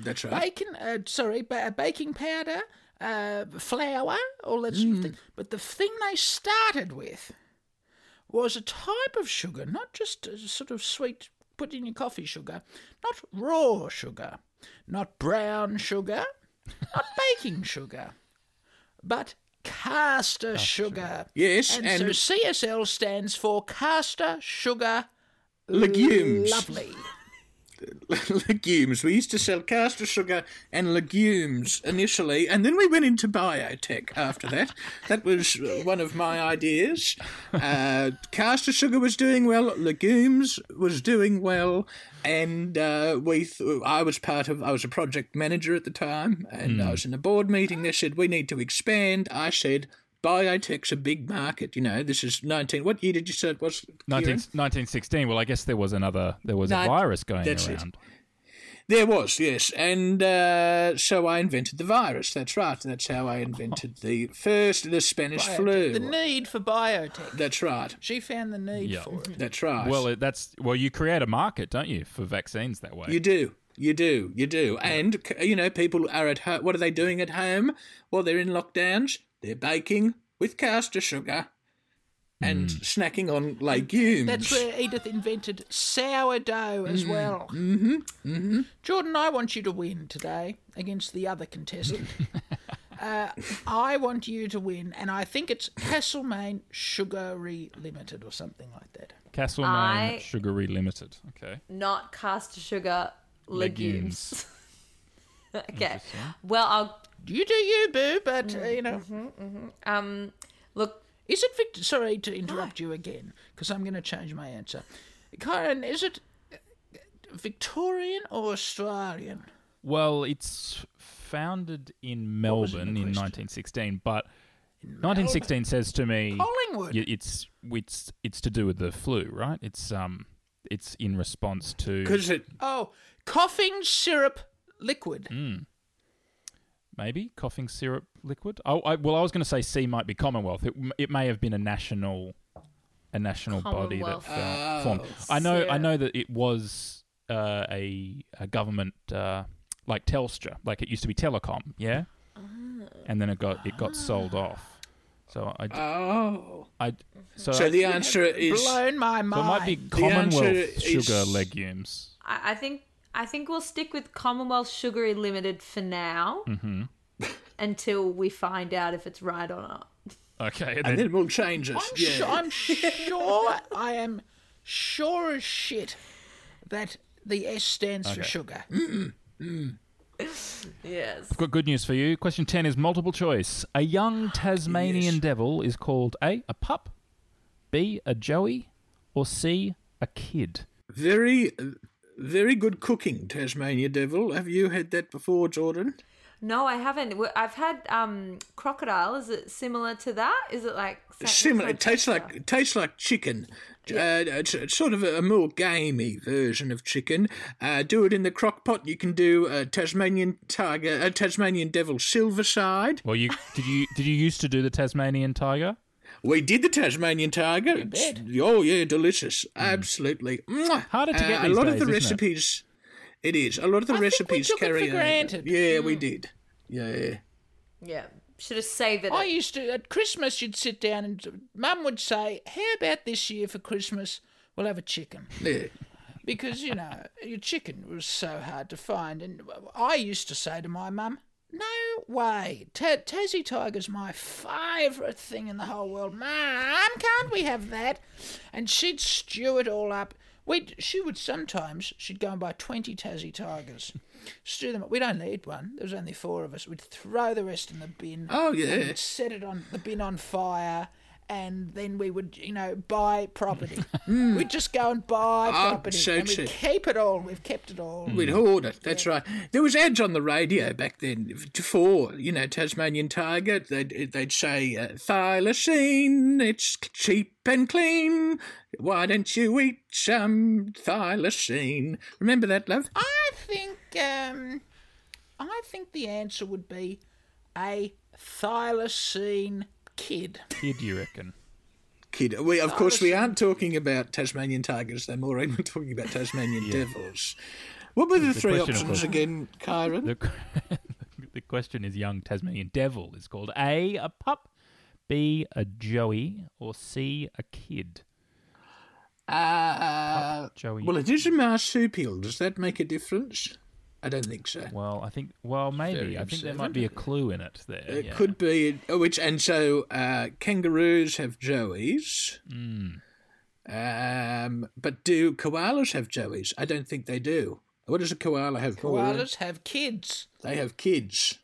D: That's right.
C: baking, uh, sorry, ba- baking powder, uh, flour, all that
D: Mm.
C: sort of thing. But the thing they started with was a type of sugar, not just a sort of sweet, put in your coffee sugar, not raw sugar, not brown sugar, not baking sugar, but caster sugar.
D: Yes,
C: And,
D: and-
C: so CSL stands for caster sugar
D: Legumes.
C: lovely.
D: legumes. We used to sell caster sugar and legumes initially, and then we went into biotech after that. that was uh, one of my ideas. Uh, caster sugar was doing well, legumes was doing well, and uh, we. Th- I was part of. I was a project manager at the time, and I was in a board meeting. They said we need to expand. I said. Biotech's a big market, you know. This is nineteen. What year did you say it was? Kieran?
A: 19, 1916. Well, I guess there was another, there was a
D: No,
A: virus going
D: that's it.
A: around.
D: There was, yes. And uh, so I invented the virus. That's right. That's how I invented the first, the Spanish flu.
C: The need for biotech.
D: That's right.
C: She found the need
A: Yeah.
C: for it.
D: That's right.
A: Well, it, that's, well, you create a market, don't you, for vaccines that way?
D: you do. You do. You do. And, c- you know, people are at home. What are they doing at home while they're in lockdowns? They're baking with caster sugar and
A: Hmm.
D: snacking on legumes.
C: That's where Edith invented sourdough as well. Mm. Mm-hmm. Mm-hmm. Jordan, I want you to win today against the other contestant. uh, I want you to win, and I think it's Castlemaine Sugary Limited or something like that.
A: Castlemaine
B: I-
A: Sugary Limited. Okay.
B: Not caster sugar
A: Legumes.
B: legumes. okay. Well, I'll
C: You do you, boo, but uh, you know.
D: Mm-hmm.
B: um look.
C: Is it Victor? Sorry to interrupt you again, because I'm going to change my answer. Karen, is it uh, Victorian or Australian?
A: Well, it's founded in Melbourne in 1916, but 1916 says to me
C: Collingwood.
A: y- it's it's it's to do with the flu, right? It's um it's in response to
D: Because it.
C: Oh, coughing syrup liquid.
A: maybe coughing syrup liquid. Oh, I, well, I was going to say C might be Commonwealth. It, m- it may have been a national a national body that
B: Commonwealth.
A: fo- formed. I know I know that it was uh, a a government uh, like Telstra, like it used to be Telecom, yeah. And then it got it got sold off. So I, d-
D: Oh.
A: I so,
D: So the answer is.
C: Blown my mind.
A: so it might be
D: answer
A: Commonwealth sugar
D: is-
A: legumes.
B: I, I think I think we'll stick with Commonwealth Sugary Limited for now. until we find out if it's right or not.
A: Okay,
D: And then we'll change it.
C: I'm,
D: yeah.
C: su- I'm sure. I am sure as shit that the S stands for sugar.
B: Yes.
A: I've got good news for you. Question ten is multiple choice. A young Tasmanian devil is called a a pup, b a joey, or c a kid.
D: Very, very good cooking, Tasmania Devil. Have you had that before, Jordan?
B: No, I haven't. W- I've had um crocodile. Is it similar to that? Is it like something
D: Similar. It tastes
B: crocodile?
D: like it tastes like chicken. Uh, it's, it's sort of a, a more gamey version of chicken. Uh, do it in the crock pot. You can do a Tasmanian tiger, a Tasmanian Devil silver side.
A: Well, you did you did you used to do the Tasmanian tiger?
D: We did the Tasmanian tiger. It's- Oh yeah, delicious. Absolutely. Mwah.
A: Hmm.
D: Uh,
A: Harder to get
D: a
A: these
D: lot of
A: days,
D: the
A: isn't it?
D: recipes. it is a lot of the
C: I think we
D: recipes
C: took it for
A: Hmm.
D: carry on.
C: granted.
D: Yeah, we did. Yeah.
B: Yeah. Should have saved it.
C: I used to, at Christmas, you'd sit down and Mum would say, How about this year for Christmas? We'll have a chicken.
D: Yeah.
C: Because, you know, your chicken was so hard to find. And I used to say to my mum, No way. Ta Tassie Tiger's my favourite thing in the whole world. Mum, can't we have that? And she'd stew it all up. We'd, she would sometimes, she'd go and buy 20 Tassie Tigers, stew them up. We'd only eat one. There was only four of us. We'd throw the rest in the bin
D: Oh, yeah.
C: would set it on the bin on fire and then we would you know buy property
D: Hmm.
C: we'd just go and buy
D: Oh,
C: property
D: so
C: and
D: cheap.
C: we'd keep it all we've kept it all
D: We'd hoard it. That's right. Oh, There was ads on the radio back then for you know Tasmanian tiger. They'd they'd say uh, thylacine. It's cheap and clean. Why don't you eat some thylacine? Remember that, love?
C: i think um i think the answer would be a thylacine kid
A: Kid, you reckon?
D: Kid. We
A: Oh,
D: of course we aren't talking about Tasmanian tigers. They're more we're talking about Tasmanian devils. What were the, three
A: question, of
D: options
A: course.
D: again, Kyron?
A: The, the question is young Tasmanian devil is called A, a pup, B, a joey, or C, a kid.
D: Uh,
A: Joey.
D: Well, it is a marsupial. Does that make a difference? I don't think so.
A: Well, I think, well, maybe.
D: very
A: I think there might be a clue in it there.
D: It
A: yeah.
D: could be, which and so uh, kangaroos have joeys, um, but do koalas have joeys? I don't think they do. What does a koala have? Maureen?
C: koalas have kids
D: They have kids.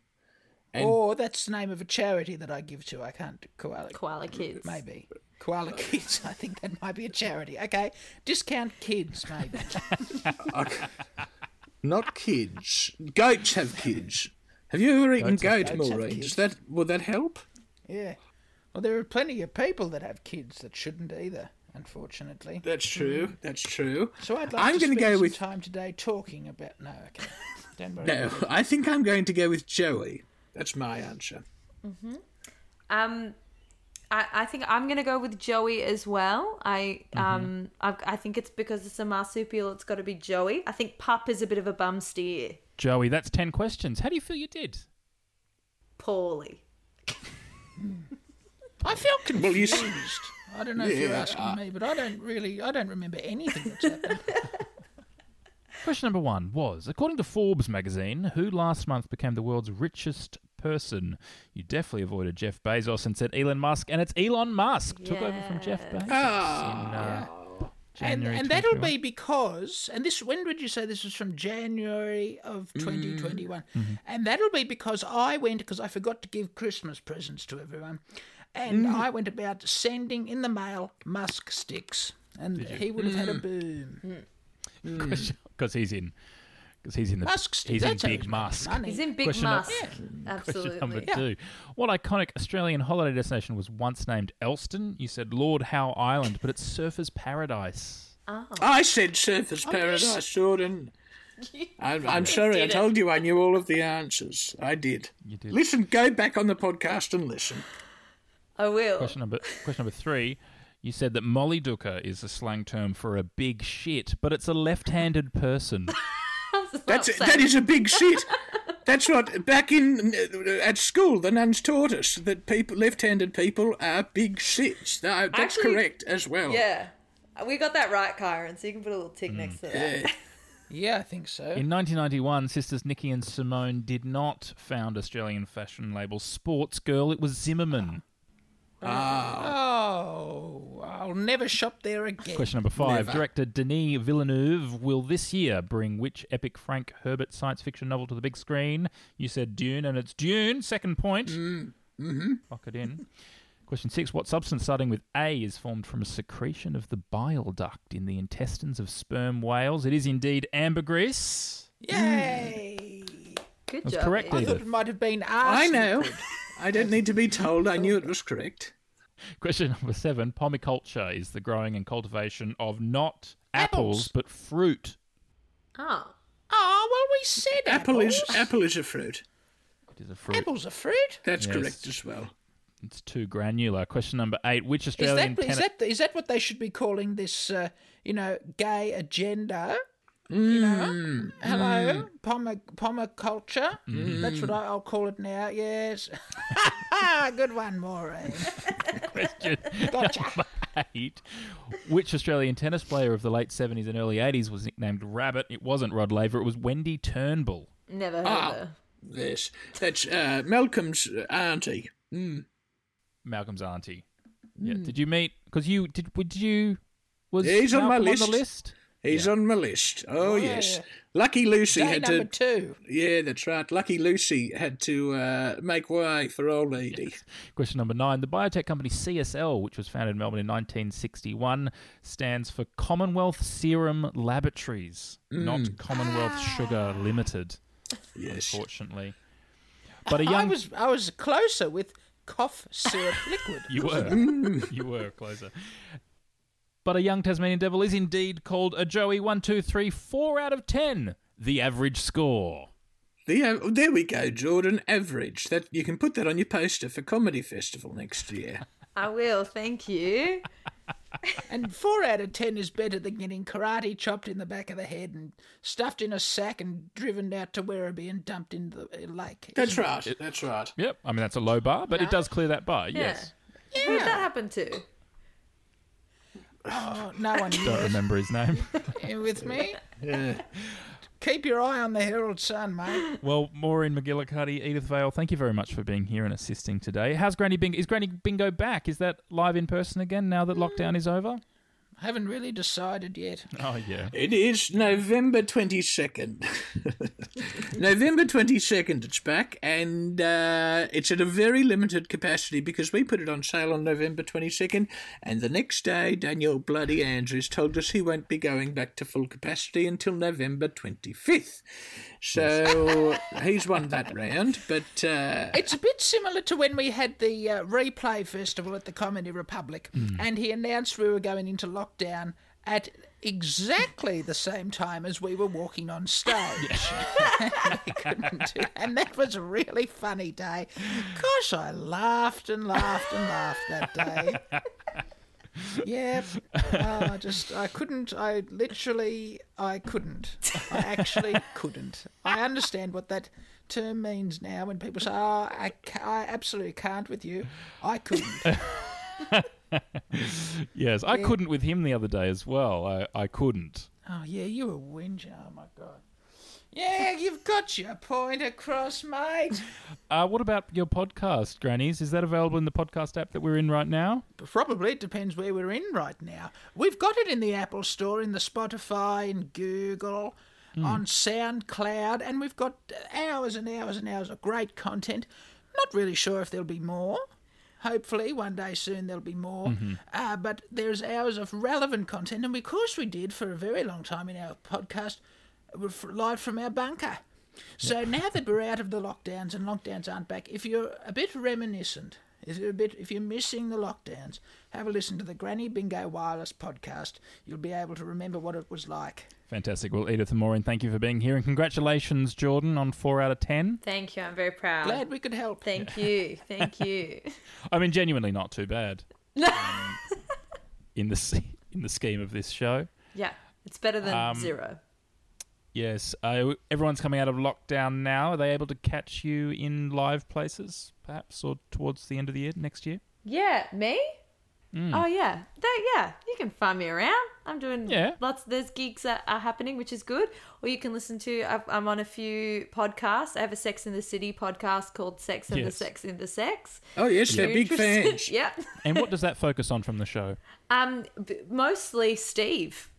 D: And-
C: or that's the name of a charity that i give to i can't koala
B: Koala kids.
C: maybe koala kids i think that might be a charity okay discount kids maybe
D: Not kids. Goats have kids. Have you ever eaten goat, Maureen? Does that will that help?
C: Yeah. Well, there are plenty of people that have kids that shouldn't either, unfortunately.
D: That's true. Mm. That's true.
C: So I'd like
D: I'm
C: to
D: gonna
C: spend
D: go
C: some
D: with-
C: time today talking about. No, okay. Don't worry.
D: No, I think I'm going to go with Joey. That's my answer.
B: Um, I, I think I'm gonna go with Joey as well. I
A: Mm-hmm.
B: um, I, I think it's because it's a marsupial. It's got to be Joey. I think Pup is a bit of a bum steer.
A: Joey, that's 10 questions. How do you feel you did?
B: Poorly.
C: I felt confused.
D: Well, you s-
C: I don't know if you're asking me, but I don't really. I don't remember anything that's happened.
A: Question number one was According to Forbes magazine, who last month became the world's richest person? You definitely avoided Jeff Bezos and said Elon Musk, and it's Elon Musk. Took over from Jeff Bezos. in,
D: Ah.
A: uh,
C: and
A: January
C: and that'll
A: 2021.
C: be because. And this. When would you say this was from? January of
A: Mm.
C: 2021.
A: Mm-hmm.
C: And that'll be because I went because I forgot to give Christmas presents to everyone, and
A: Mm.
C: I went about sending in the mail musk sticks, and he would have had a
A: Mm.
C: boom.
D: Mm.
A: because he's in because he's in the
C: Musk stick.
A: he's in
C: that's how
A: big
C: he's making
A: mask.
C: money.
B: He's in big
A: Question num-
B: mask.
A: Question
B: Absolutely.
A: number two: What iconic Australian holiday destination was once named Elston? You said Lord Howe Island, but it's Surfers Paradise.
B: Ah.
D: I said Surface Paradise, Jordan. I'm, I'm sorry, I told you I knew all of the answers. I did. You
A: did.
D: Listen, go back on the podcast and listen.
B: I will.
A: Question number question number three: You said that Molly Dooker is a slang term for a big shit, but it's a left-handed person.
D: That's
B: Well
D: that
B: said.
D: is a big shit. That's what back in uh, at school the nuns taught us that people left-handed people are big shits. No, That's
B: Actually-
D: correct as well.
B: Yeah. We got that right, Kyron, so you can put a little
A: Mm.
B: tick next to that.
D: Uh,
C: Yeah, I think so.
A: In 1991, sisters Nikki and Simone did not found Australian fashion label Sports Girl. It was Zimmerman.
C: oh, I'll never shop there again.
A: Question number five.
D: Never.
A: Director Denis Villeneuve will this year bring which epic Frank Herbert science fiction novel to the big screen? You said Dune, and it's Dune. Second point. Mm-hmm.
C: Mm,
A: Lock it in. Question six. What substance starting with A is formed from a secretion of the bile duct in the intestines of sperm whales? It is indeed ambergris.
C: Yay!
A: Mm.
B: Good
A: That's
B: job.
A: correct,
C: I
A: Leader.
C: thought it might have been
D: I
C: asked.
D: know. I don't need to be told. I knew it was correct.
A: Question number seven. Pomiculture is the growing and cultivation of not apples,
C: Apples.
A: but fruit.
B: Oh.
C: Oh, well, we said
D: Apple
C: apples.
D: is apple is a fruit.
A: It is a fruit.
C: Apples are fruit.
D: That's
A: Yes.
D: correct as well.
A: It's too granular. Question number eight. Which
C: Is
A: Australian
C: that, is,
A: tennis-
C: that, is that what they should be calling this, uh, you know, gay agenda?
A: Mm.
C: You know? Hello? Pomer, pomer culture? That's what I, I'll call it now, yes. ah, good one, Maureen.
A: Question number eight. Which Australian tennis player of the late 70s and early 80s was nicknamed Rabbit? It wasn't Rod Laver, it was Wendy Turnbull.
B: Never heard
D: Ah.
B: of her.
D: Yes, that's uh, Malcolm's auntie. Mm.
A: Malcolm's auntie. Yeah. Did you meet? Because you did. Would you? Was
D: Hmm. Yeah, he's on my
A: Malcolm
D: list.
A: the list?
D: He's on my list. Oh yes, Lucky Lucy
C: Day
D: had
C: number
D: to.
C: two.
D: Yeah, that's right. Lucky Lucy had to uh, make way for old Edie.
A: Question number nine. The biotech company CSL, which was founded in Melbourne in 1961, stands for Commonwealth Serum Laboratories,
D: Hmm.
A: not Commonwealth Sugar Limited,
D: Ah. Yes.
A: fortunately. But a
C: I
A: young.
C: was I was closer with cough syrup liquid.
A: You were. you were closer. But a young Tasmanian devil is indeed called a Joey One, two, three, four out of 10, the average score.
D: The, uh, there we go, Jordan. Average. That you can put that on your poster for comedy festival next year.
B: I will, thank you.
C: And four out of ten is better than getting karate chopped in the back of the head and stuffed in a sack and driven out to Werribee and dumped into the uh, lake.
D: That's right. That's right.
A: Yep. I mean, that's a low bar, but it does clear that bar, yes.
B: Who did that happen to?
C: Oh, no one knew
A: Don't remember his name.
C: You with me. Keep your eye on the Herald Sun, mate.
A: well, Maureen McGillicuddy, Edith Vale, thank you very much for being here and assisting today. How's Granny Bingo? Is Granny Bingo back? Is that live in person again now that lockdown is over?
C: Haven't really decided yet.
A: Oh, yeah.
D: It is November 22nd. November 22nd, it's back, and uh, it's at a very limited capacity because we put it on sale on November 22nd, and the next day, Daniel Bloody Andrews told us he won't be going back to full capacity until November 25th. So he's won that round, but. Uh,
C: It's a bit similar to when we had the uh, replay festival at the Comedy Republic, and he announced we were going into lockdown at exactly the same time as we were walking on stage. We couldn't do- and that was a really funny day. Gosh, I laughed and laughed and laughed that day. Yep. Oh, I just I couldn't. I literally I couldn't. I actually couldn't. I understand what that term means now when people say, "Oh, I, ca- I absolutely can't with you." I couldn't.
A: Yes, I couldn't with him the other day as well. I, I couldn't.
C: oh yeah, you a whinger. Oh my god. Yeah, you've got your point across, mate.
A: Uh, what about your podcast, Grannies? Is that available in the podcast app that we're in right now?
C: Probably it depends where we're in right now. We've got it in the Apple Store, in the Spotify, in Google, on SoundCloud, and we've got hours and hours and hours of great content. Not really sure if there'll be more. Hopefully, one day soon there'll be more. Uh, but there's hours of relevant content, and of course we did for a very long time in our podcast, uh, f- live from our bunker. So now that we're out of the lockdowns and lockdowns aren't back, if you're a bit reminiscent, if you're a bit, if you're missing the lockdowns, have a listen to the Granny Bingo Wireless podcast. You'll be able to remember what it was like.
A: Fantastic. Well, Edith and Maureen, thank you for being here. And congratulations, Jordan, on four out of 10.
B: Thank you, I'm very proud.
C: Glad we could help.
B: Thank you, thank you.
A: I mean, genuinely not too bad. Um, in the s- in the scheme of this show.
B: Yeah, it's better than
A: Um,
B: zero.
A: Yes, uh, everyone's coming out of lockdown now. Are they able to catch you in live places, perhaps, or towards the end of the year next year?
B: Yeah, me?
A: Hmm.
B: Oh yeah, that, yeah. You can find me around. I'm doing
A: Yeah.
B: lots. There's gigs that are happening, which is good. Or you can listen to. I've, I'm on a few podcasts. I have a Sex in the City podcast called Sex and the
A: Yes.
B: Sex in the Sex.
D: oh, yes, they're big
B: Interested-
D: fans.
B: yep.
A: And what does that focus on from the show?
B: Um, b- mostly Steve.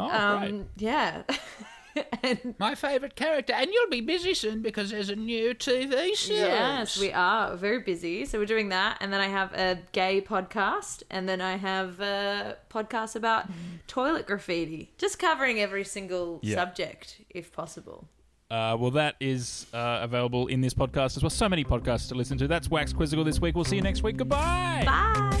A: Oh,
B: Um,
A: great.
B: yeah. and
C: My favourite character, and you'll be busy soon because there's a new TV series.
B: yes, we are We're very busy. So we're doing that, and then I have a gay podcast, and then I have a podcast about toilet graffiti. Just covering every single
A: Yeah.
B: subject, if possible.
A: Uh, well, that is uh, available in this podcast as well. So many podcasts to listen to. That's Wax Quizzical this week. We'll see you next week. Goodbye.
B: Bye.